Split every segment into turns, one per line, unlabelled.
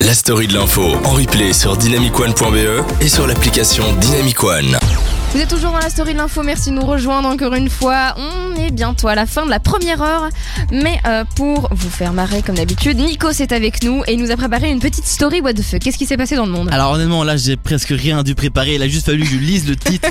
la story de l'info en replay sur dynamicone.be E et sur l'application Dynamicone.
Vous êtes toujours dans la story de l'info, merci de nous rejoindre encore une fois. On est bientôt à la fin de la première heure, mais euh, pour vous faire marrer comme d'habitude, Nico est avec nous et il nous a préparé une petite story what the fuck. Qu'est-ce qui s'est passé dans le monde
Alors honnêtement, là j'ai presque rien dû préparer. Il a juste fallu que je lise le titre.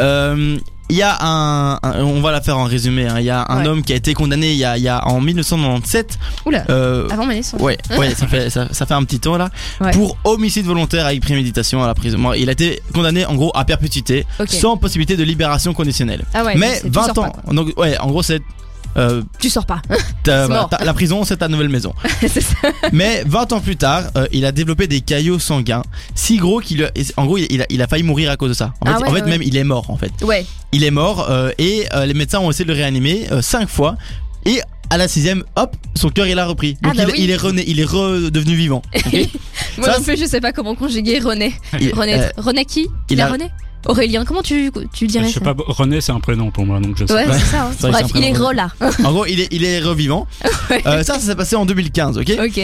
Euh, Il y a un, un- on va la faire en résumé. hein. Il y a un
Ouais.
homme qui a été condamné il y a, il y a en 1997.
Oula,
euh,
avant hein. ma naissance.
ouais, ouais, ça fait ça, ça fait un petit temps là
Ah. Ouais.
pour homicide volontaire avec préméditation à la prison. Bon, Il a été condamné en gros à perpétuité
Ok.
sans possibilité de libération conditionnelle.
Ah ouais, donc
Mais
c'est- tu
20
sors
ans.
pas,
Donc ouais, en gros c'est euh,
tu sors pas.
t'as-
C'est mort.
t'as- la prison, c'est ta nouvelle maison.
C'est ça.
Mais 20 ans plus tard, euh, il a développé des caillots sanguins si gros qu'il a- en gros il a, il a failli mourir à cause de ça. En fait,
Ah ouais,
en fait,
ouais, ouais.
même il est mort en fait.
Ouais,
Il est mort euh, et euh, les médecins ont essayé de le réanimer 5 fois et à la sixième, hop, son cœur il a repris.
Ah
Donc
bah
il,
oui.
il est rené, il est redevenu vivant. ok
moi
Ça,
non plus je sais pas comment conjuguer René.
Il-
René,
euh,
René qui
il
La
a-
René Aurélien, comment tu, tu dirais
Je sais
ça
pas, René c'est un prénom pour moi donc je sais.
Ouais,
Ouais.
c'est ça. hein.
C'est vrai que
Bref,
c'est un
il est
prénom.
Rola.
en gros, il est, il est revivant.
Ouais.
Euh, ça, ça s'est passé en 2015, ok
ok.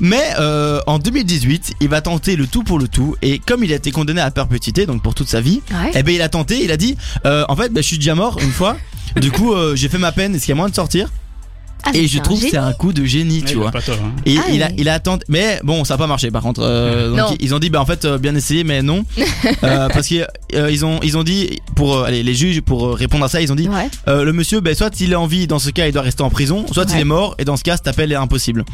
Mais euh, en 2018, il va tenter le tout pour le tout. Et comme il a été condamné à perpétuité, donc pour toute sa vie,
Ouais.
Eh ben il a tenté, il a dit euh, en fait bah, je suis déjà mort une fois. Du coup euh, j'ai fait ma peine, est-ce qu'il y a moyen de sortir
Ah,
Et
c'est
je
un
trouve que
génie.
c'est un coup de génie, tu vois.
Pas tort, hein.
Et
Ah,
il a
oui.
il a attendu mais bon ça a pas marché par contre euh, donc
Non.
ils- ils ont dit bah en fait euh, bien essayé mais non Euh, parce que euh, ils ont ils ont dit pour euh, allez, les juges pour euh, répondre à ça ils ont dit
Ouais.
euh, le monsieur bah, soit il est en vie dans ce cas il doit rester en prison soit il
Ouais.
est mort et dans ce cas cet appel est impossible.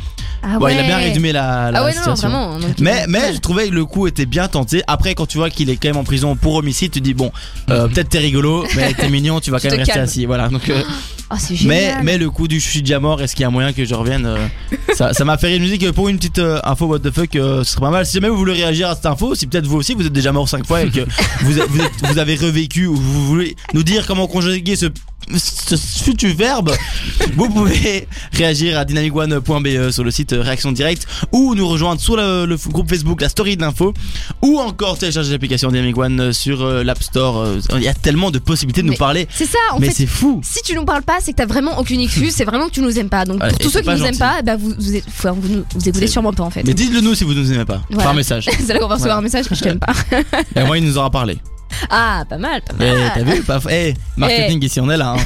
Ah
Bon,
ouais.
il a bien résumé la, la
Ah ouais, non, non,
situation.
vraiment. donc il
Mais,
est-
mais je trouvais que le coup était bien tenté. Après, quand tu vois qu'il est quand même en prison pour homicide, tu dis bon, euh, peut-être t'es rigolo, mais t'es mignon, tu vas
Tu
quand
te
même rester
calmes.
assis. Voilà. Donc, euh,
Oh, c'est
mais,
génial.
mais le coup du je suis déjà mort, est-ce qu'il y a moyen que je revienne euh, Ça ça m'a fait rire. Je me dis que pour une petite euh, info, what the fuck, euh, ce serait pas mal. Si jamais vous voulez réagir à cette info, si peut-être vous aussi vous êtes déjà mort cinq fois et que vous, êtes- vous, êtes- vous avez revécu ou vous voulez nous dire comment conjuguer ce ce futur verbe, vous pouvez réagir à dynamicone.be sur le site euh, réaction directe ou nous rejoindre sur le, le f- groupe Facebook la story de l'info ou encore télécharger l'application Dynamic One sur euh, l'App Store. euh, Il y a tellement de possibilités de
Mais
nous parler,
C'est ça, en
mais
fait.
c'est fou.
Si tu nous parles pas, c'est que t'as vraiment aucune excuse, c'est vraiment que tu nous aimes pas. Donc
Ouais,
pour
et
tous ceux
c'est
qui
pas
nous aiment
gentil.
pas, bah vous, vous, êtes- enfin, vous, nous- vous écoutez
C'est-
sûrement pas en fait.
Mais dites-le nous si vous nous aimez pas,
Voilà.
par message.
C'est là qu'on va recevoir
Voilà.
un message, je t'aime pas.
Et moi, il nous aura parlé.
Ah, pas mal, pas mal.
Eh, T'as vu pas... Eh, marketing ici, on est là. hein.